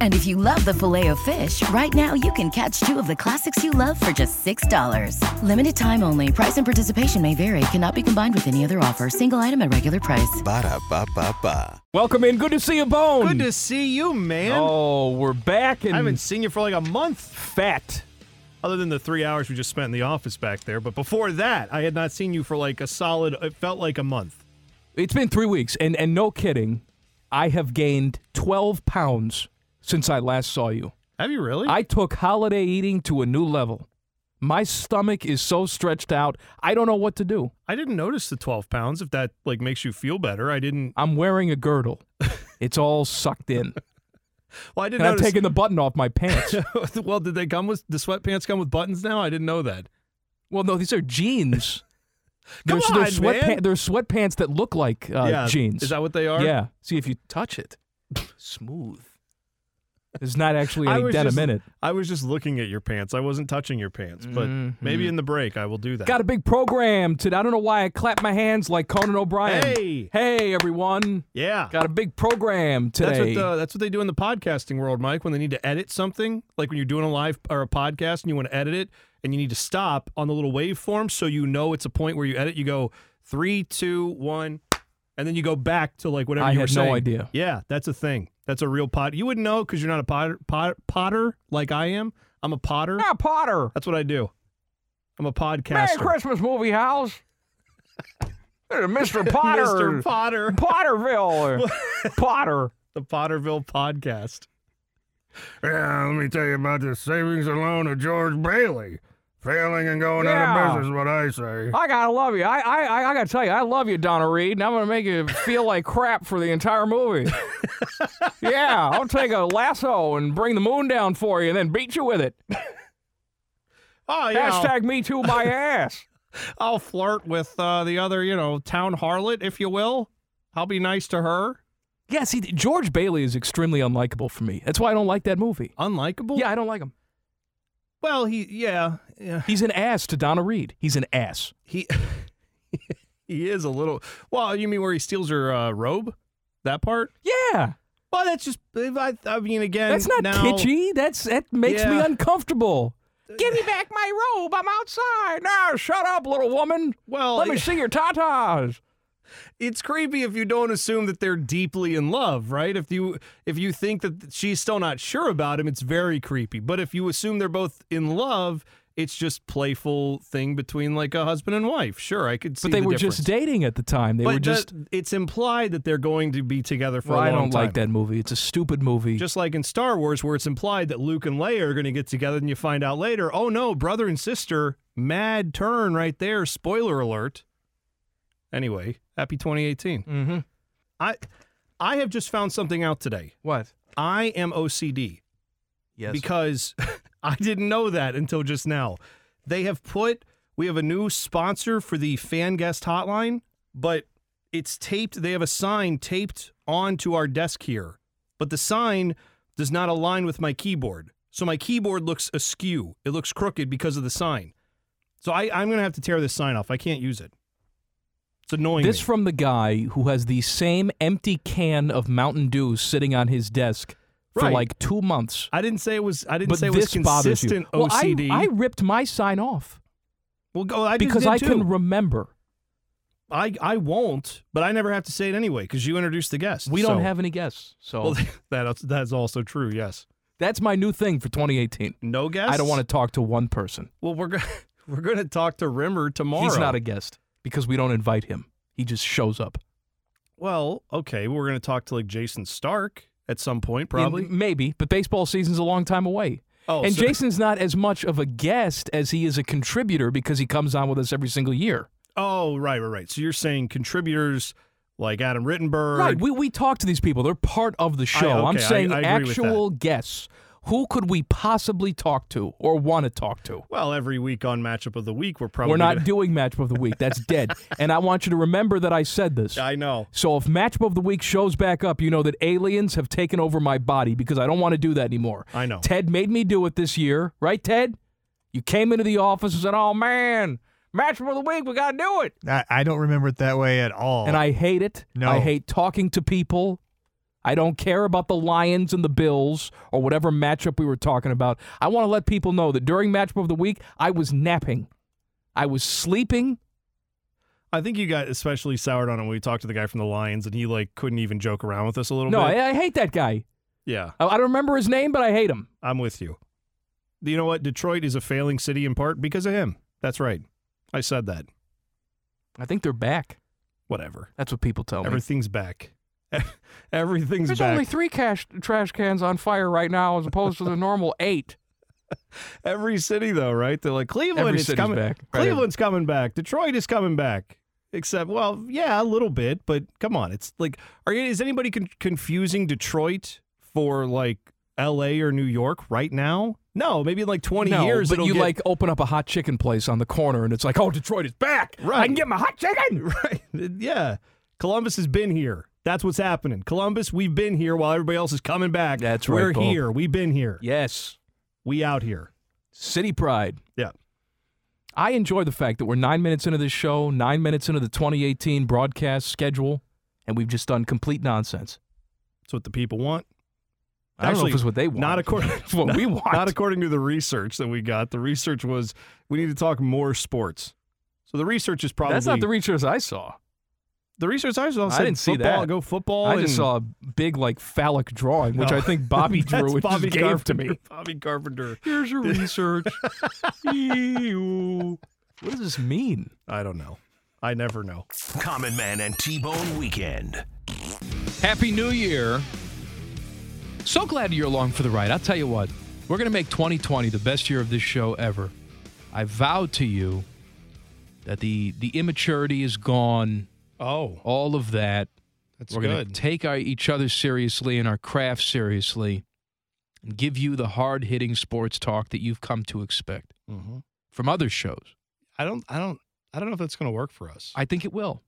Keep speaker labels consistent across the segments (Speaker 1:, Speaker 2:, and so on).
Speaker 1: And if you love the filet of fish, right now you can catch two of the classics you love for just $6. Limited time only. Price and participation may vary. Cannot be combined with any other offer. Single item at regular price.
Speaker 2: Ba-da-ba-ba-ba.
Speaker 3: Welcome in. Good to see you, Bone.
Speaker 4: Good to see you, man.
Speaker 3: Oh, we're back and
Speaker 4: I haven't seen you for like a month,
Speaker 3: fat.
Speaker 4: other than the three hours we just spent in the office back there. But before that, I had not seen you for like a solid, it felt like a month.
Speaker 3: It's been three weeks, and and no kidding, I have gained twelve pounds since I last saw you.
Speaker 4: Have you really?
Speaker 3: I took holiday eating to a new level. My stomach is so stretched out, I don't know what to do.
Speaker 4: I didn't notice the 12 pounds. If that like makes you feel better, I didn't.
Speaker 3: I'm wearing a girdle. It's all sucked in.
Speaker 4: Well, I didn't
Speaker 3: And I'm
Speaker 4: notice.
Speaker 3: taking the button off my pants.
Speaker 4: well, did they come with the sweatpants come with buttons now? I didn't know that.
Speaker 3: Well, no, these are jeans.
Speaker 4: Come
Speaker 3: they're, they're
Speaker 4: on,
Speaker 3: sweatpa-
Speaker 4: man.
Speaker 3: they're sweatpants that look like uh,
Speaker 4: yeah,
Speaker 3: jeans.
Speaker 4: Is that what they are?
Speaker 3: Yeah. See if you touch it. Smooth. There's not actually
Speaker 4: I
Speaker 3: any
Speaker 4: was
Speaker 3: denim
Speaker 4: just-
Speaker 3: in it.
Speaker 4: I was just looking at your pants. I wasn't touching your pants, but maybe in the break I will do that.
Speaker 3: Got a big program today. I don't know why I clap my hands like Conan O'Brien.
Speaker 4: Hey.
Speaker 3: Hey, everyone.
Speaker 4: Yeah.
Speaker 3: Got a big program
Speaker 4: That's
Speaker 3: today.
Speaker 4: what, the, that's what they do in the podcasting world, Mike. When they need to edit something, like when you're doing a live or a podcast and you want to edit it, and you need to stop on the little waveform so you know it's a point where you edit. You go three, two, one, and then you go back to like whatever
Speaker 3: I
Speaker 4: you were
Speaker 3: had no
Speaker 4: saying.
Speaker 3: idea.
Speaker 4: Yeah, that's a thing. That's a real pot. You wouldn't know because you're not a potter, pot, potter like I am. I'm a potter.
Speaker 3: Ah, Potter.
Speaker 4: That's what I do. I'm a
Speaker 3: Merry
Speaker 4: podcaster.
Speaker 3: Christmas, movie house. There's a Mr. Potter.
Speaker 4: Mr. Potter,
Speaker 3: Potterville. or Potter.
Speaker 4: the Potterville podcast.
Speaker 5: Yeah, let me tell you about the savings and loan of George Bailey. Failing and going
Speaker 3: Yeah.
Speaker 5: out of business, is what I say.
Speaker 4: Oh,
Speaker 3: I gotta love you. I, I I- I gotta tell you, I love you, Donna Reed, and I'm gonna make you feel like crap for the entire movie. yeah, I'll take a lasso and bring the moon down for you, and then beat you with it.
Speaker 4: Oh yeah, I'll-
Speaker 3: Hashtag me too, my ass.
Speaker 4: I'll flirt with uh, the other, you know, town harlot, if you will. I'll be nice to her.
Speaker 3: Yeah, see, George Bailey is extremely unlikable for me. That's why I don't like that movie.
Speaker 4: Unlikable.
Speaker 3: Yeah, I don't like him.
Speaker 4: Well, he. Yeah. Yeah.
Speaker 3: He's an ass to Donna Reed. He's an ass.
Speaker 4: He. he is a little. Well, you mean where he steals her uh, robe? That part.
Speaker 3: Yeah,
Speaker 4: Well, that's just. I, I mean, again,
Speaker 3: that's not
Speaker 4: now-
Speaker 3: kitschy. That's that makes me
Speaker 4: Yeah.
Speaker 3: uncomfortable. Give me back my robe. I'm outside. Now, shut up, little woman.
Speaker 4: Well,
Speaker 3: Let me see your tatas.
Speaker 4: it's creepy if you don't assume that they're deeply in love, right? If you if you think that she's still not sure about him, it's very creepy. But if you assume they're both in love, it's just playful thing between like a husband and wife. Sure, I could see.
Speaker 3: But they
Speaker 4: the
Speaker 3: were
Speaker 4: difference.
Speaker 3: just dating at the time. They
Speaker 4: but
Speaker 3: were
Speaker 4: that-
Speaker 3: just.
Speaker 4: it's implied that they're going to be together for
Speaker 3: Well,
Speaker 4: a
Speaker 3: I
Speaker 4: long
Speaker 3: don't like
Speaker 4: time.
Speaker 3: that movie. It's a stupid movie.
Speaker 4: Just like in Star Wars, where it's implied that Luke and Leia are going to get together, and you find out later, oh no, brother and sister, mad turn right there. Spoiler alert. Anyway, happy 2018.
Speaker 3: Mhm.
Speaker 4: I, I have just found something out today.
Speaker 3: what?
Speaker 4: I am OCD
Speaker 3: Yes.
Speaker 4: because I didn't know that until just now. They have put we have a new sponsor for the fan guest hotline, but it's taped. They have a sign taped onto our desk here, but the sign does not align with my keyboard. So my keyboard looks askew. It looks crooked because of the sign. So I, I'm gonna have to tear this sign off. I can't use it. It's annoying.
Speaker 3: this
Speaker 4: me.
Speaker 3: from the guy who has the same empty can of Mountain Dew sitting on his desk for
Speaker 4: Right.
Speaker 3: like two months.
Speaker 4: I didn't say it was. I didn't
Speaker 3: but
Speaker 4: say it was
Speaker 3: this bothers you.
Speaker 4: consistent
Speaker 3: Well, I,
Speaker 4: OCD.
Speaker 3: I ripped my sign off
Speaker 4: well, go. I just
Speaker 3: because
Speaker 4: did
Speaker 3: I
Speaker 4: too.
Speaker 3: can remember.
Speaker 4: I, I won't, but I never have to say it anyway because you introduced the guest.
Speaker 3: We don't
Speaker 4: so-
Speaker 3: have any guests, so
Speaker 4: Well, that's that's also true. Yes,
Speaker 3: that's my new thing for 2018.
Speaker 4: no guests.
Speaker 3: I don't want to talk to one person.
Speaker 4: Well, we're go- we're going to talk to Rimmer tomorrow.
Speaker 3: He's not a guest because we don't invite him. He just shows up.
Speaker 4: Well, okay, we're going to talk to like Jason Stark at some point, probably.
Speaker 3: In- maybe, but baseball season's a long time away.
Speaker 4: oh,
Speaker 3: and
Speaker 4: so-
Speaker 3: Jason's not as much of a guest as he is a contributor because he comes on with us every single year.
Speaker 4: Oh, right, right, right. So you're saying contributors like Adam Rittenberg.
Speaker 3: Right. We, we talk to these people. They're part of the show. I'm
Speaker 4: okay, I-
Speaker 3: saying
Speaker 4: I agree with
Speaker 3: actual guests Who could we possibly talk to or want to talk to?
Speaker 4: Well, every week on Matchup of the Week, we're probably
Speaker 3: We're not
Speaker 4: gonna-
Speaker 3: doing matchup of the week. That's dead. and I want you to remember that I said this.
Speaker 4: I know.
Speaker 3: So if matchup of the week shows back up, you know that aliens have taken over my body because I don't want to do that anymore.
Speaker 4: I know.
Speaker 3: Ted made me do it this year, right, Ted? You came into the office and said, "Oh man, matchup of the week, we gotta do it,"
Speaker 6: I, I don't remember it that way at all.
Speaker 4: Oh.
Speaker 3: and I hate it.
Speaker 6: No.
Speaker 3: I hate talking to people. I don't care about the Lions and the Bills or whatever matchup we were talking about. I want to let people know that during matchup of the week, I was napping, I was sleeping.
Speaker 4: I think you got especially soured on it when we talked to the guy from the Lions, and he like couldn't even joke around with us a little
Speaker 3: No,
Speaker 4: bit.
Speaker 3: I, I hate that guy.
Speaker 4: yeah,
Speaker 3: I, I don't remember his name, but I hate him.
Speaker 4: I'm with you. You know what? Detroit is a failing city in part because of him. That's right. I said that.
Speaker 3: I think they're back.
Speaker 4: Whatever.
Speaker 3: That's what people tell me.
Speaker 4: Everything's back. Everything's
Speaker 3: There's
Speaker 4: back.
Speaker 3: only three cash, trash cans on fire right now as opposed to the normal eight.
Speaker 4: Every city though, right? They're like Cleveland
Speaker 3: Every
Speaker 4: is
Speaker 3: city's
Speaker 4: coming
Speaker 3: back. Right,
Speaker 4: Cleveland's coming back. Detroit is coming back. Except, well, yeah, a little bit, but come on, it's like, are you, is anybody con- confusing Detroit for like L.A. or New York right now? No, maybe in like twenty
Speaker 3: no,
Speaker 4: years.
Speaker 3: but
Speaker 4: it'll
Speaker 3: you
Speaker 4: get-
Speaker 3: like open up a hot chicken place on the corner and it's like, oh, Detroit is back.
Speaker 4: Right.
Speaker 3: I can get my hot chicken.
Speaker 4: right? Yeah, Columbus has been here. That's what's happening. Columbus, we've been here while everybody else is coming back.
Speaker 3: That's
Speaker 4: We're
Speaker 3: right, Bo.
Speaker 4: here. We've been here.
Speaker 3: Yes.
Speaker 4: We out here.
Speaker 3: City pride.
Speaker 4: Yeah.
Speaker 3: I enjoy the fact that we're nine minutes into this show, nine minutes into the 2018 broadcast schedule, and we've just done complete nonsense.
Speaker 4: That's what the people want.
Speaker 3: I don't know
Speaker 4: Actually,
Speaker 3: if it's what they want.
Speaker 4: Not according
Speaker 3: It's what we want.
Speaker 4: Not according to the research that we got. The research was we need to talk more sports. So the research is probably
Speaker 3: That's not the research I saw.
Speaker 4: the research. I saw
Speaker 3: I
Speaker 4: said
Speaker 3: didn't see
Speaker 4: football,
Speaker 3: that.
Speaker 4: Go football.
Speaker 3: I just
Speaker 4: and-
Speaker 3: saw a big, like, phallic drawing, which
Speaker 4: No.
Speaker 3: I think Bobby
Speaker 4: That's
Speaker 3: drew, which
Speaker 4: Bobby
Speaker 3: just gave to me.
Speaker 4: Carpenter. Bobby Carpenter.
Speaker 3: Here's your research. Ew. What does this mean?
Speaker 4: I don't know. I never know.
Speaker 7: Common Man and T Bone Weekend.
Speaker 3: Happy New Year. So glad you're along for the ride. I'll tell you what, we're going to make 2020 the best year of this show ever. I vowed to you that the, the immaturity is gone,
Speaker 4: Oh,
Speaker 3: all of that.
Speaker 4: that's
Speaker 3: we're going to take our, each other seriously and our craft seriously and give you the hard hitting sports talk that you've come to expect
Speaker 4: Mhm.
Speaker 3: from other shows.
Speaker 4: I don't. I don't. I don't know if that's going to work for us.
Speaker 3: I think it will.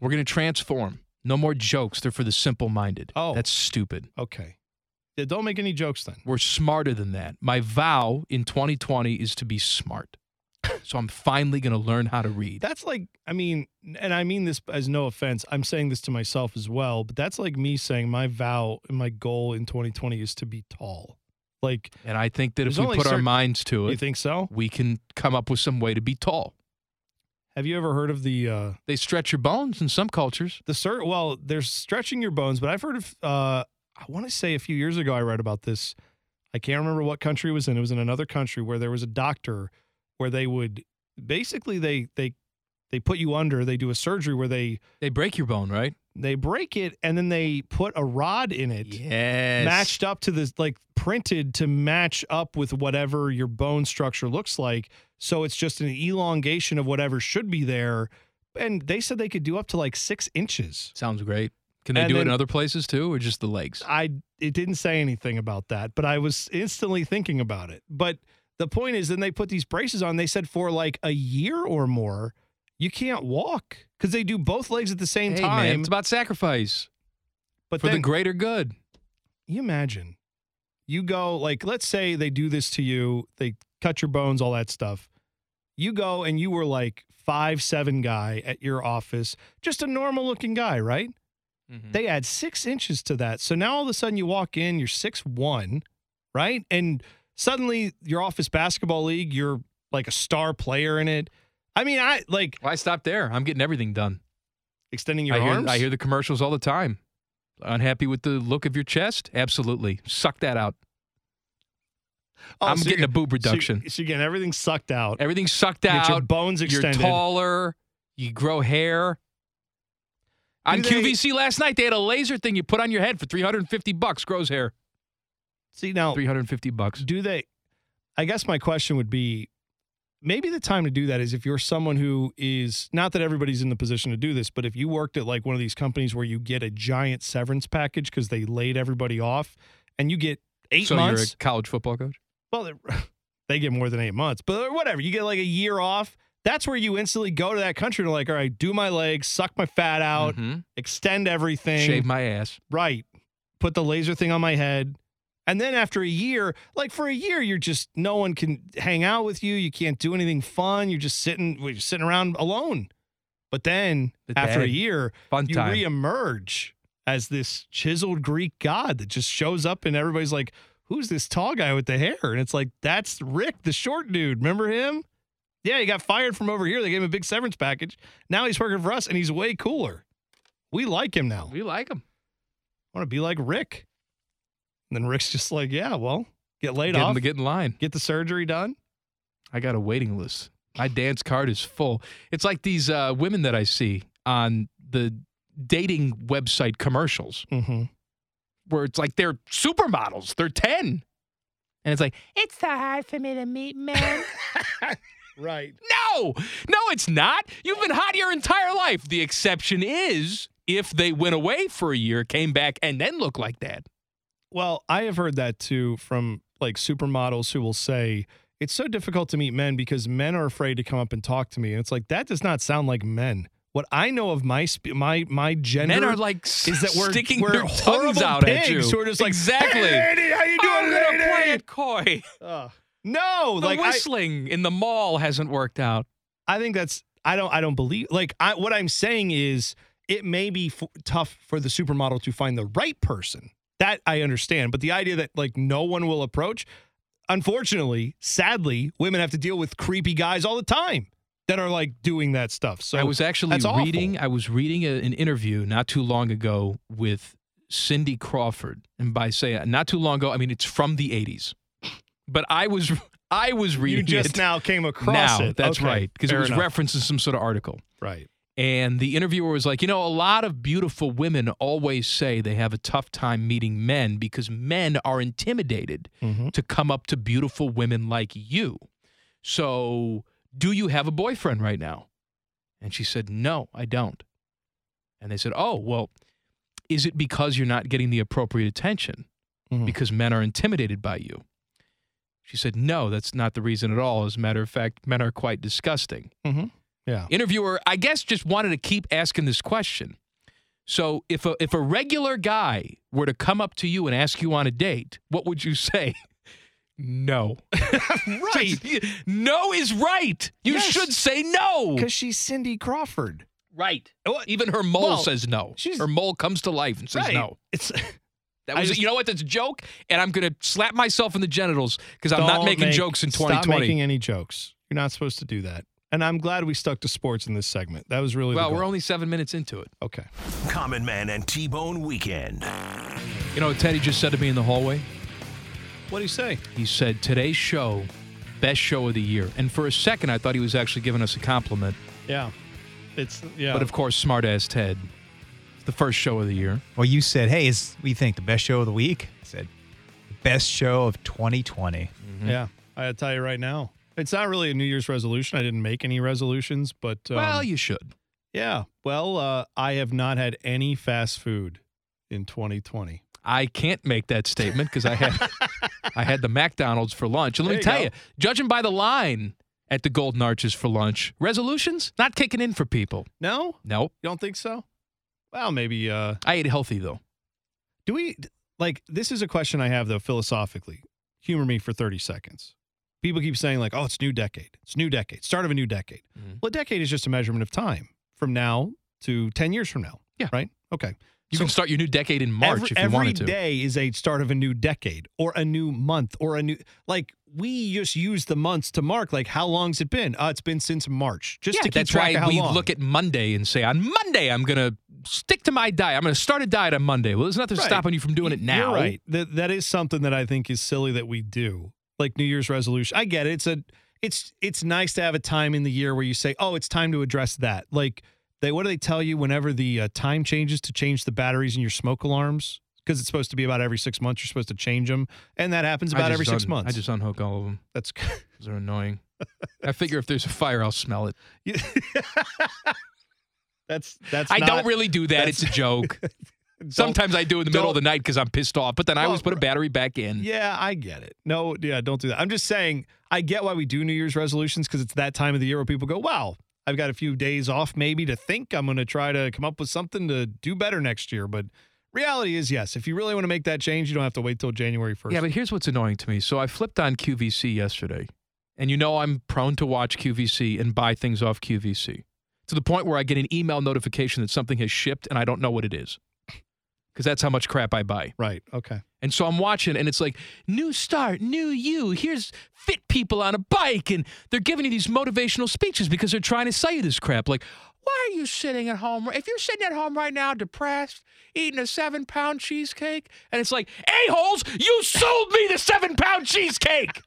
Speaker 3: We're going to transform. No more jokes. They're for the simple minded.
Speaker 4: Oh.
Speaker 3: That's stupid.
Speaker 4: okay. Yeah, don't make any jokes then.
Speaker 3: We're smarter than that. My vow in 2020 is to be smart. so I'm finally going to learn how to read.
Speaker 4: That's like, I mean, and I mean this as no offense. I'm saying this to myself as well, but that's like me saying my vow and my goal in 2020 is to be tall. Like,
Speaker 3: and I think that if
Speaker 4: There's
Speaker 3: we
Speaker 4: only
Speaker 3: put our
Speaker 4: certain-
Speaker 3: minds to
Speaker 4: you
Speaker 3: it,
Speaker 4: think so?
Speaker 3: we can come up with some way to be tall.
Speaker 4: Have you ever heard of the uh
Speaker 3: They stretch your bones in some cultures.
Speaker 4: the cert? Well, they're stretching your bones, but I've heard of. uh I want to say a few years ago I read about this. I can't remember what country it was in. It was in another country where there was a doctor where they would basically they they they put you under. They do a surgery where they
Speaker 3: They break your bone, right?
Speaker 4: they break it and then they put a rod in it.
Speaker 3: Yes.
Speaker 4: matched up to this like printed to match up with whatever your bone structure looks like so it's just an elongation of whatever should be there and they said they could do up to like six inches
Speaker 3: Sounds great. Can they
Speaker 4: And
Speaker 3: do it in
Speaker 4: then-
Speaker 3: other places too, or just the legs?
Speaker 4: i it didn't say anything about that but i was instantly thinking about it but the point is then they put these braces on they said for like a year or more you can't walk because they do both legs at the same
Speaker 3: Hey, man,
Speaker 4: time
Speaker 3: it's about sacrifice
Speaker 4: but
Speaker 3: for the
Speaker 4: then-
Speaker 3: greater good.
Speaker 4: you imagine you go like let's say they do this to you they cut your bones all that stuff you go and you were like five seven guy at your office just a normal looking guy right
Speaker 3: Mm-hmm.
Speaker 4: they add six inches to that so now all of a sudden you walk in you're six one right and suddenly your office basketball league you're like a star player in it i mean i like
Speaker 3: Why stop there? I'm getting everything done.
Speaker 4: extending your
Speaker 3: I hear,
Speaker 4: arms
Speaker 3: I hear the commercials all the time. Unhappy with the look of your chest? Absolutely. Suck that out.
Speaker 4: Oh,
Speaker 3: I'm
Speaker 4: so
Speaker 3: getting
Speaker 4: you're-
Speaker 3: a boob
Speaker 4: so you-
Speaker 3: reduction.
Speaker 4: so you're getting everything sucked out
Speaker 3: Everything's sucked
Speaker 4: You
Speaker 3: out.
Speaker 4: get your bones extended
Speaker 3: You're taller. You grow hair. On
Speaker 4: they-
Speaker 3: QVC last night, they had a laser thing you put on your head for 350 bucks. Grows hair.
Speaker 4: see now
Speaker 3: 350 bucks.
Speaker 4: do they i guess my question would be maybe the time to do that is if you're someone who is not that everybody's in the position to do this but if you worked at like one of these companies where you get a giant severance package because they laid everybody off and you get eight
Speaker 3: so
Speaker 4: months.
Speaker 3: you're a college football coach?
Speaker 4: well, they- they get more than eight months, but whatever. You get like a year off. That's where you instantly go to that country and like, all right, do my legs, suck my fat out,
Speaker 3: Mhm.
Speaker 4: extend everything,
Speaker 3: Shave my ass.
Speaker 4: right, put the laser thing on my head. And then after a year, like for a year, you're just no one can hang out with you. You can't do anything fun. You're just sitting, well, you're sitting around alone. But then
Speaker 3: The
Speaker 4: after a
Speaker 3: dad.
Speaker 4: year,
Speaker 3: Fun
Speaker 4: you
Speaker 3: time.
Speaker 4: reemerge as this chiseled Greek god that just shows up and everybody's like, who's this tall guy with the hair? And it's like, that's Rick, the short dude. Remember him? Yeah, he got fired from over here. They gave him a big severance package. Now he's working for us and he's way cooler. We like him now.
Speaker 3: we like him.
Speaker 4: I want to be like Rick. And then Rick's just like, yeah, well, get laid
Speaker 3: Get him
Speaker 4: off,
Speaker 3: to get in line.
Speaker 4: get the surgery done.
Speaker 3: I got a waiting list. My dance card is full. It's like these uh, women that I see on the dating website commercials
Speaker 4: Mm-hmm.
Speaker 3: where it's like they're supermodels, they're 10. And it's like, it's so hard for me to meet men.
Speaker 4: Right.
Speaker 3: no, no, it's not. You've been hot your entire life. The exception is if they went away for a year, came back, and then look like that.
Speaker 4: Well, I have heard that too from like supermodels who will say, it's so difficult to meet men because men are afraid to come up and talk to me. And it's like, that does not sound like men. What I know of my sp- my my gender
Speaker 3: Men are like s-
Speaker 4: is that we're,
Speaker 3: sticking
Speaker 4: we're
Speaker 3: their tongues
Speaker 4: horrible
Speaker 3: out at
Speaker 4: pigs
Speaker 3: you.
Speaker 4: who are just like,
Speaker 3: exactly.
Speaker 4: "Hey, lady, how you
Speaker 3: I'm
Speaker 4: doing,
Speaker 3: gonna
Speaker 4: lady?"
Speaker 3: play it coy.
Speaker 4: Ugh. no,
Speaker 3: The
Speaker 4: like I-
Speaker 3: whistling in the mall hasn't worked out.
Speaker 4: I think that's I don't I don't believe like I what I'm saying is it may be f- tough for the supermodel to find the right person. That I understand, but the idea that like no one will approach, unfortunately, sadly, women have to deal with creepy guys all the time that are like doing that stuff. So
Speaker 3: I was actually
Speaker 4: that's awful.
Speaker 3: reading. I was reading a- an interview not too long ago with Cindy Crawford, and by say not too long ago, I mean it's from the '80s. But I was I was reading
Speaker 4: you just
Speaker 3: it
Speaker 4: now came across
Speaker 3: now,
Speaker 4: it.
Speaker 3: That's
Speaker 4: Okay,
Speaker 3: right, because it
Speaker 4: fair
Speaker 3: was
Speaker 4: enough.
Speaker 3: referencing some sort of article.
Speaker 4: right.
Speaker 3: And the interviewer was like, you know, a lot of beautiful women always say they have a tough time meeting men because men are intimidated
Speaker 4: Mhm.
Speaker 3: to come up to beautiful women like you. So, do you have a boyfriend right now? And she said, no, I don't. And they said, oh, well, is it because you're not getting the appropriate attention?
Speaker 4: Mhm.
Speaker 3: Because men are intimidated by you. She said, no, that's not the reason at all. As a matter of fact, men are quite disgusting
Speaker 4: Mm-hmm. Yeah.
Speaker 3: interviewer i guess just wanted to keep asking this question so if a if a regular guy were to come up to you and ask you on a date what would you say no
Speaker 4: Right.
Speaker 3: Just- no is right you
Speaker 4: Yes.
Speaker 3: should say no
Speaker 4: Because she's Cindy Crawford.
Speaker 3: right even her mole
Speaker 4: Well,
Speaker 3: says no
Speaker 4: she's-
Speaker 3: her mole comes to life and says
Speaker 4: right.
Speaker 3: no
Speaker 4: It's
Speaker 3: that
Speaker 4: I
Speaker 3: was
Speaker 4: just-
Speaker 3: you know what that's a joke and i'm gonna slap myself in the genitals because i'm not
Speaker 4: Don't
Speaker 3: making
Speaker 4: make-
Speaker 3: jokes in
Speaker 4: Stop
Speaker 3: 2020
Speaker 4: making any jokes. You're not supposed to do that. And I'm glad we stuck to sports in this segment. That was really the
Speaker 3: well we're
Speaker 4: goal.
Speaker 3: only seven minutes into it
Speaker 4: okay.
Speaker 8: Common Man and T Bone Weekend.
Speaker 3: you know what teddy just said to me in the hallway
Speaker 4: What do you say?
Speaker 3: He said, Today's show, best show of the year. And for a second, I thought he was actually giving us a compliment.
Speaker 4: Yeah, it's yeah.
Speaker 3: But of course, Smartass Ted, it's the first show of the year.
Speaker 9: Well, you said, "Hey, is we think the best show of the week?" I said, "Best show of 2020."
Speaker 4: yeah, I tell you right now, it's not really a New Year's resolution. I didn't make any resolutions, but um,
Speaker 3: well, you should.
Speaker 4: yeah. Well, uh, I have not had any fast food in 2020.
Speaker 3: I can't make that statement because I had I had the McDonald's for lunch. And let
Speaker 4: There
Speaker 3: me tell
Speaker 4: you go.
Speaker 3: you, judging by the line at the Golden Arches for lunch, resolutions not kicking in for people.
Speaker 4: No, you
Speaker 3: Nope.
Speaker 4: don't think so? Well, maybe uh,
Speaker 3: I ate healthy though.
Speaker 4: Do we like this is a question I have though philosophically. Humor me for 30 seconds. People keep saying like, "Oh, it's new decade. It's new decade. Start of a new decade."
Speaker 3: Mhm.
Speaker 4: Well, a decade is just a measurement of time from now to 10 years from now.
Speaker 3: Yeah.
Speaker 4: Right? Okay.
Speaker 3: You
Speaker 4: So
Speaker 3: can start your new decade in March if
Speaker 4: every,
Speaker 3: you wanted to.
Speaker 4: Every day is a start of a new decade or a new month or a new like we just use the months to mark like how long's it been? Uh, it's been since March. Just
Speaker 3: yeah,
Speaker 4: to keep
Speaker 3: that's
Speaker 4: track
Speaker 3: why
Speaker 4: of how
Speaker 3: we
Speaker 4: long.
Speaker 3: look at Monday and say, on Monday, I'm going to stick to my diet. I'm going to start a diet on Monday. Well, there's nothing
Speaker 4: Right.
Speaker 3: stopping you from doing it now.
Speaker 4: You're right. That that is something that I think is silly that we do. Like New Year's resolution. I get it. It's a it's it's nice to have a time in the year where you say, "Oh, it's time to address that." Like they what do they tell you whenever the uh, time changes to change the batteries in your smoke alarms? Because it's supposed to be about every six months. You're supposed to change them, and that happens
Speaker 3: I
Speaker 4: about
Speaker 3: just
Speaker 4: every six
Speaker 3: un-
Speaker 4: months.
Speaker 3: I just unhook all of them.
Speaker 4: that's
Speaker 3: Those are annoying. I figure if there's a fire, I'll smell it.
Speaker 4: that's that's.
Speaker 3: I
Speaker 4: not-
Speaker 3: don't really do that. It's
Speaker 4: that's-
Speaker 3: a joke. Sometimes I do in the middle of the night because I'm pissed off, but then I always put a battery back in.
Speaker 4: Yeah, I get it. No, yeah, don't do that. I'm just saying, I get why we do New Year's resolutions because it's that time of the year where people go, wow, I've got a few days off maybe to think. I'm going to try to come up with something to do better next year. But reality is, yes, if you really want to make that change, you don't have to wait till January 1st.
Speaker 3: Yeah, but here's what's annoying to me. So I flipped on QVC yesterday, and you know I'm prone to watch QVC and buy things off QVC to the point where I get an email notification that something has shipped and I don't know what it is because that's how much crap I buy.
Speaker 4: right. Okay.
Speaker 3: And so I'm watching, and it's like, new start, new you. Here's fit people on a bike, and they're giving you these motivational speeches because they're trying to sell you this crap. Like, why are you sitting at home? If you're sitting at home right now, depressed, eating a seven pound cheesecake, and it's like, a-holes, you sold me the seven pound cheesecake.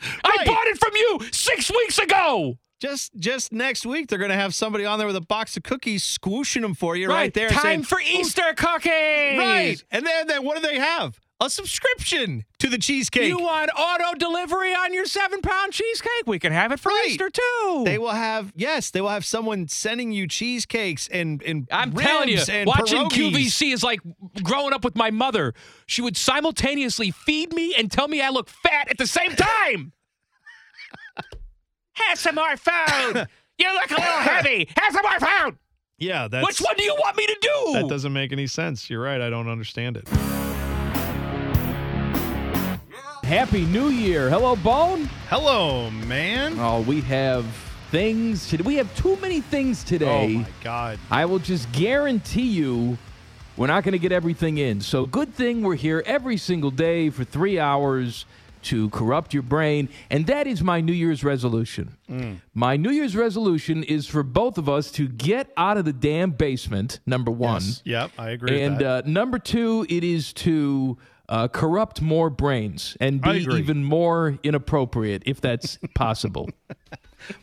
Speaker 3: I
Speaker 4: Right.
Speaker 3: bought it from you six weeks ago.
Speaker 4: Just just next week, they're going to have somebody on there with a box of cookies swooshing them for you right, there.
Speaker 3: Time
Speaker 4: saying,
Speaker 3: for Easter cookies.
Speaker 4: Right. And then, then what do they have? A subscription to the cheesecake.
Speaker 3: You want auto delivery on your seven pound cheesecake? We can have it for
Speaker 4: Right.
Speaker 3: Easter too.
Speaker 4: They will have yes, they will have someone sending you cheesecakes and and
Speaker 3: I'm
Speaker 4: ribs
Speaker 3: telling you,
Speaker 4: and
Speaker 3: watching
Speaker 4: pierogies.
Speaker 3: QVC is like growing up with my mother. She would simultaneously feed me and tell me I look fat at the same time. Have some more food. You look a little heavy. Have some more food.
Speaker 4: Yeah, that's
Speaker 3: Which one do you want me to do?
Speaker 4: that doesn't make any sense. You're right. I don't understand it.
Speaker 3: Happy New Year. Hello, Bone.
Speaker 4: Hello, man.
Speaker 3: Oh, we have things. Today. We have too many things
Speaker 4: Oh
Speaker 3: today.
Speaker 4: my god.
Speaker 3: I will just guarantee you we're not going to get everything in. So, good thing we're here every single day for three hours to corrupt your brain. And that is my New Year's resolution.
Speaker 4: Mm.
Speaker 3: My New Year's resolution is for both of us to get out of the damn basement, number one.
Speaker 4: Yep, I agree with
Speaker 3: And
Speaker 4: that.
Speaker 3: uh, number two, it is to. Uh, corrupt more brains and
Speaker 4: I
Speaker 3: be
Speaker 4: agree.
Speaker 3: even more inappropriate if that's possible.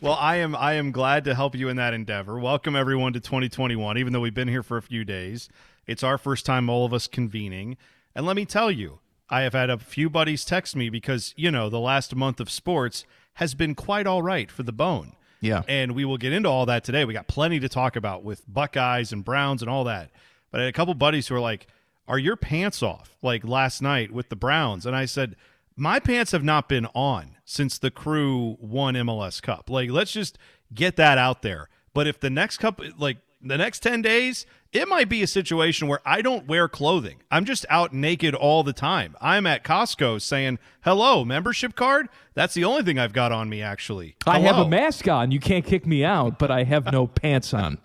Speaker 4: well, I am I am glad to help you in that endeavor. Welcome everyone to 2021. Even though we've been here for a few days, it's our first time all of us convening. And let me tell you, I have had a few buddies text me because, you know, the last month of sports has been quite all right for the bone.
Speaker 3: Yeah.
Speaker 4: And we will get into all that today. We got plenty to talk about with Buckeyes and Browns and all that. But I had a couple buddies who were like, Are your pants off? Like last night with the Browns. And I said, My pants have not been on since the crew won MLS Cup. Like, let's just get that out there. But if the next cup, like the next 10 days, it might be a situation where I don't wear clothing. I'm just out naked all the time. I'm at Costco saying, Hello, membership card? That's the only thing I've got on me, actually.
Speaker 3: I have a
Speaker 4: Hello."
Speaker 3: mask on. You can't kick me out, but I have no pants on.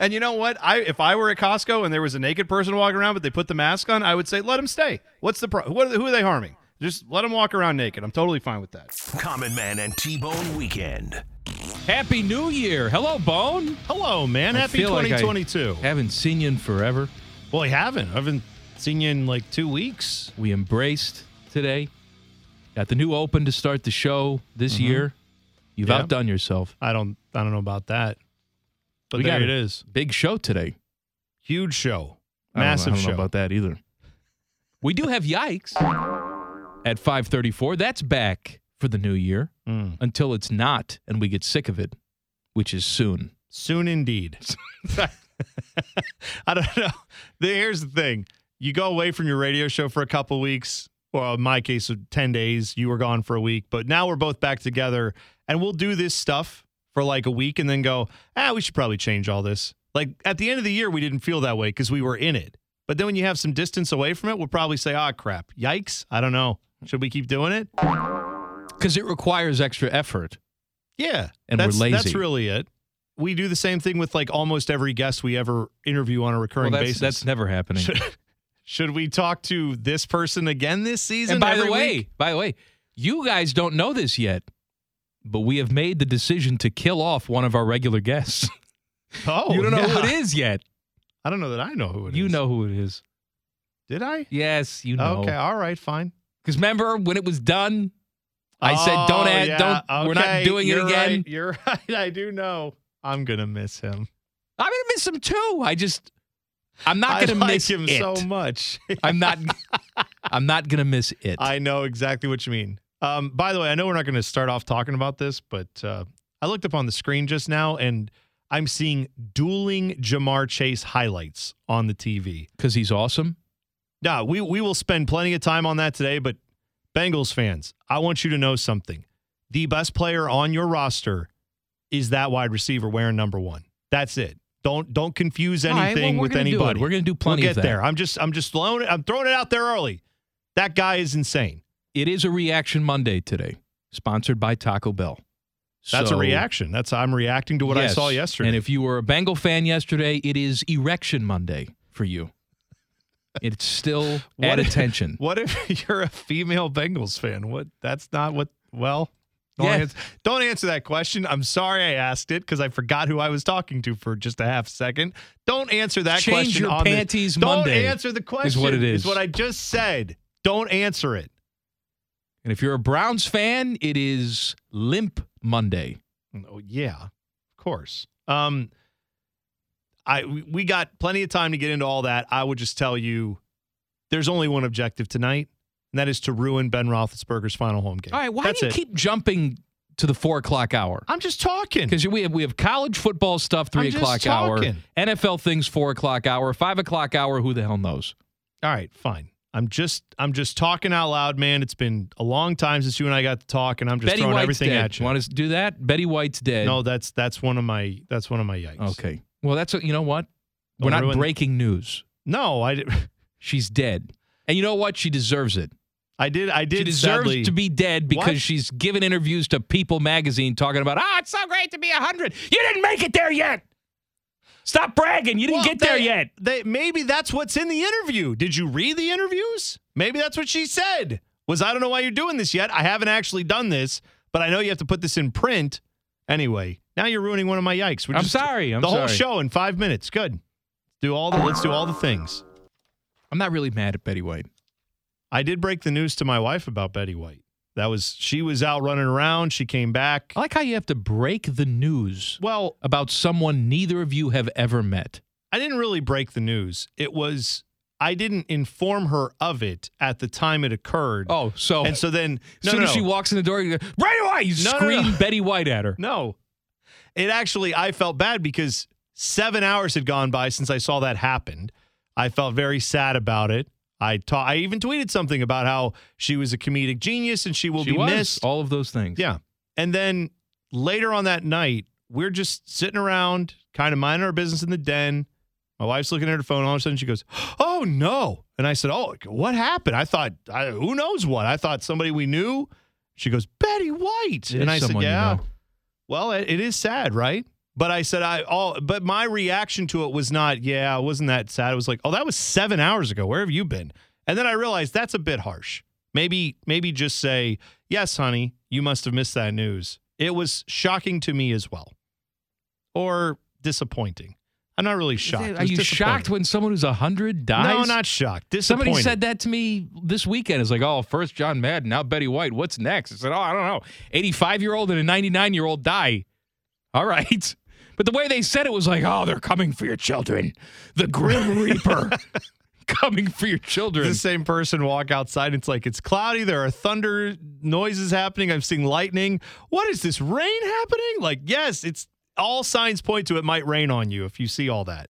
Speaker 4: And you know what? I if I were at Costco and there was a naked person walking around, but they put the mask on, I would say, let him stay. What's the pro- what, who are they harming? Just let them walk around naked. I'm totally fine with that.
Speaker 8: Common Man and T Bone Weekend.
Speaker 3: Happy New Year. Hello, Bone.
Speaker 4: Hello, man.
Speaker 3: I
Speaker 4: Happy
Speaker 3: feel like I
Speaker 4: 2022.
Speaker 3: Haven't seen you in forever.
Speaker 4: well, I haven't. I haven't seen you in like two weeks.
Speaker 3: We embraced today. Got the new open to start the show this year. You've
Speaker 4: Yeah.
Speaker 3: outdone yourself.
Speaker 4: Mm-hmm. I don't. I don't know about that. But
Speaker 3: We
Speaker 4: there
Speaker 3: got
Speaker 4: it
Speaker 3: a
Speaker 4: is.
Speaker 3: Big show today.
Speaker 4: Huge
Speaker 3: I
Speaker 4: show.
Speaker 3: don't know- I
Speaker 4: Massive
Speaker 3: don't know
Speaker 4: show.
Speaker 3: about that either. We do have yikes at 5:34. That's back for the new year
Speaker 4: Mm.
Speaker 3: until it's not and we get sick of it, which is soon.
Speaker 4: Soon indeed. I don't know. The- Here's the thing you go away from your radio show for a couple weeks, or in my case, 10 days. You were gone for a week, but now we're both back together and we'll do this stuff for like a week and then go, ah, we should probably change all this. Like at the end of the year, we didn't feel that way because we were in it. But then when you have some distance away from it, we'll probably say, ah, crap, yikes. I don't know. Should we keep doing it?
Speaker 3: Cuz it requires extra effort.
Speaker 4: Yeah.
Speaker 3: And we're
Speaker 4: that's, That's
Speaker 3: lazy.
Speaker 4: really it. We do the same thing with like almost every guest we ever interview on a
Speaker 3: Well,
Speaker 4: recurring
Speaker 3: that's,
Speaker 4: basis.
Speaker 3: that's never happening.
Speaker 4: Should we talk to this person again this season?
Speaker 3: And by
Speaker 4: every
Speaker 3: the way,
Speaker 4: week?
Speaker 3: by the way, you guys don't know this yet, but we have made the decision to kill off one of our regular guests.
Speaker 4: oh,
Speaker 3: you don't know who it
Speaker 4: yeah.
Speaker 3: is yet.
Speaker 4: I don't know that I know who it is.
Speaker 3: you know who it is.
Speaker 4: Did I?
Speaker 3: Yes, you know.
Speaker 4: Okay, all right, fine.
Speaker 3: Because remember when it was done, I said, "Don't
Speaker 4: Oh,
Speaker 3: add,
Speaker 4: yeah,
Speaker 3: don't. We're not
Speaker 4: okay,
Speaker 3: doing it
Speaker 4: you're
Speaker 3: again."
Speaker 4: right, You're right. I do know. I'm gonna miss him.
Speaker 3: I'm gonna miss him too. I just, I'm not gonna
Speaker 4: I like
Speaker 3: miss
Speaker 4: him
Speaker 3: it.
Speaker 4: so much.
Speaker 3: I'm not, I'm not gonna miss it.
Speaker 4: I know exactly what you mean. Um, by the way, I know we're not going to start off talking about this, but uh, I looked up on the screen just now, and I'm seeing dueling Jamar Chase highlights on the TV.
Speaker 3: because he's awesome.
Speaker 4: Now, we, we will spend plenty of time on that today, but Bengals fans, I want you to know something. The best player on your roster is that wide receiver wearing number one. That's it. Don't don't confuse
Speaker 3: All right, well,
Speaker 4: anything
Speaker 3: we're
Speaker 4: with
Speaker 3: gonna do it.
Speaker 4: anybody.
Speaker 3: We're gonna do plenty
Speaker 4: We'll
Speaker 3: of
Speaker 4: get
Speaker 3: that.
Speaker 4: there. I'm just I'm just throwing it. I'm throwing it out there early. That guy is insane.
Speaker 3: It is a reaction Monday today, sponsored by Taco Bell.
Speaker 4: That's
Speaker 3: So-
Speaker 4: a reaction. That's I'm reacting to what I
Speaker 3: Yes.
Speaker 4: saw yesterday.
Speaker 3: And if you were a Bengal fan yesterday, it is Erection Monday for you. It's still at
Speaker 4: if-
Speaker 3: attention.
Speaker 4: What if you're a female Bengals fan? What? That's not what. Well, don't,
Speaker 3: Yeah.
Speaker 4: ans- don't answer that question. I'm sorry I asked it because I forgot who I was talking to for just a half second. Don't answer that
Speaker 3: Change
Speaker 4: question.
Speaker 3: your
Speaker 4: on the-
Speaker 3: panties
Speaker 4: don't
Speaker 3: Monday
Speaker 4: answer the
Speaker 3: is
Speaker 4: question.
Speaker 3: what it
Speaker 4: Is
Speaker 3: is.
Speaker 4: what I just said. Don't answer it.
Speaker 3: And if you're a Browns fan, it is Limp Monday.
Speaker 4: Oh, yeah, of course. Um, I we- we got plenty of time to get into all that. I would just tell you, there's only one objective tonight, and that is to ruin Ben Roethlisberger's final home game.
Speaker 3: All right, why
Speaker 4: That's
Speaker 3: do you
Speaker 4: it.
Speaker 3: keep jumping to the four o'clock hour?
Speaker 4: I'm just talking.
Speaker 3: Because we have we have college football stuff three
Speaker 4: I'm just
Speaker 3: o'clock hour,
Speaker 4: talking.
Speaker 3: NFL things four o'clock hour, five o'clock hour. Who the hell knows?
Speaker 4: All right, fine. I'm just I'm just talking out loud, man. It's been a long time since you and I got to talk, and I'm just
Speaker 3: Betty
Speaker 4: throwing
Speaker 3: White's
Speaker 4: everything
Speaker 3: dead.
Speaker 4: at you.
Speaker 3: Want to do that? Betty White's dead.
Speaker 4: No, that's that's one of my that's one of my yikes.
Speaker 3: Okay. Well, that's a, you know what.
Speaker 4: Don't
Speaker 3: We're not
Speaker 4: ruin-
Speaker 3: breaking news.
Speaker 4: No, I did.
Speaker 3: She's dead, and you know what? She deserves it.
Speaker 4: I did. I did.
Speaker 3: she deserves
Speaker 4: sadly-
Speaker 3: to be dead because
Speaker 4: What?
Speaker 3: she's given interviews to People magazine talking about, ah, it's so great to be 100. You didn't make it there yet. Stop bragging. You didn't
Speaker 4: Well,
Speaker 3: get there
Speaker 4: they-
Speaker 3: yet.
Speaker 4: They, maybe that's what's in the interview. Did you read the interviews? Maybe that's what she said. Was I don't know why you're doing this yet. I haven't actually done this, but I know you have to put this in print. Anyway, now you're ruining one of my yikes. We're
Speaker 3: I'm sorry, I'm
Speaker 4: the whole
Speaker 3: sorry.
Speaker 4: show in five minutes. Good. Do all the. Let's do all the things.
Speaker 3: I'm not really mad at Betty White.
Speaker 4: I did break the news to my wife about Betty White. That was she was out running around. She came back.
Speaker 3: I like how you have to break the news
Speaker 4: Well,
Speaker 3: about someone neither of you have ever met.
Speaker 4: I didn't really break the news. It was I didn't inform her of it at the time it occurred.
Speaker 3: Oh, so
Speaker 4: and so then
Speaker 3: as
Speaker 4: no,
Speaker 3: soon
Speaker 4: no,
Speaker 3: as
Speaker 4: no.
Speaker 3: she walks in the door, you go, Betty White, you
Speaker 4: No, no,
Speaker 3: scream
Speaker 4: no.
Speaker 3: Betty White at her.
Speaker 4: No. It actually, I felt bad because seven hours had gone by since I saw that happen. I felt very sad about it. I ta- I even tweeted something about how she was a comedic genius and she will
Speaker 3: she
Speaker 4: be
Speaker 3: was
Speaker 4: missed.
Speaker 3: all of those things.
Speaker 4: Yeah. And then later on that night, we're just sitting around, kind of minding our business in the den. My wife's looking at her phone. All of a sudden, she goes, "Oh no!" And I said, "Oh, what happened?" I thought, I, "Who knows what?" I thought somebody we knew. She goes, "Betty White,"
Speaker 3: It is
Speaker 4: and I said,
Speaker 3: someone you
Speaker 4: "Yeah."
Speaker 3: know.
Speaker 4: Well, it, it is sad, right? But I said, "I all." But my reaction to it was not, "Yeah, it wasn't that sad." It was like, "Oh, that was seven hours ago. Where have you been?" And then I realized that's a bit harsh. Maybe, maybe just say, "Yes, honey, you must have missed that news. It was shocking to me as well, or disappointing." I'm not really shocked. It
Speaker 3: Are
Speaker 4: was
Speaker 3: you shocked
Speaker 4: disappointing.
Speaker 3: when someone who's 100 dies?
Speaker 4: No, not shocked.
Speaker 3: Somebody
Speaker 4: Disappointed.
Speaker 3: said that to me this weekend. It's like, oh, first John Madden, now Betty White. What's next? I said, oh, I don't know. 85 year old and a 99 year old die. All right. But the way they said it was like, oh, they're coming for your children. The Grim Reaper coming for your children.
Speaker 4: the same person walk outside. It's like it's cloudy. There are thunder noises happening. I'm seeing lightning. What is this rain happening? Like, yes, it's all signs point to it might rain on you if you see all that.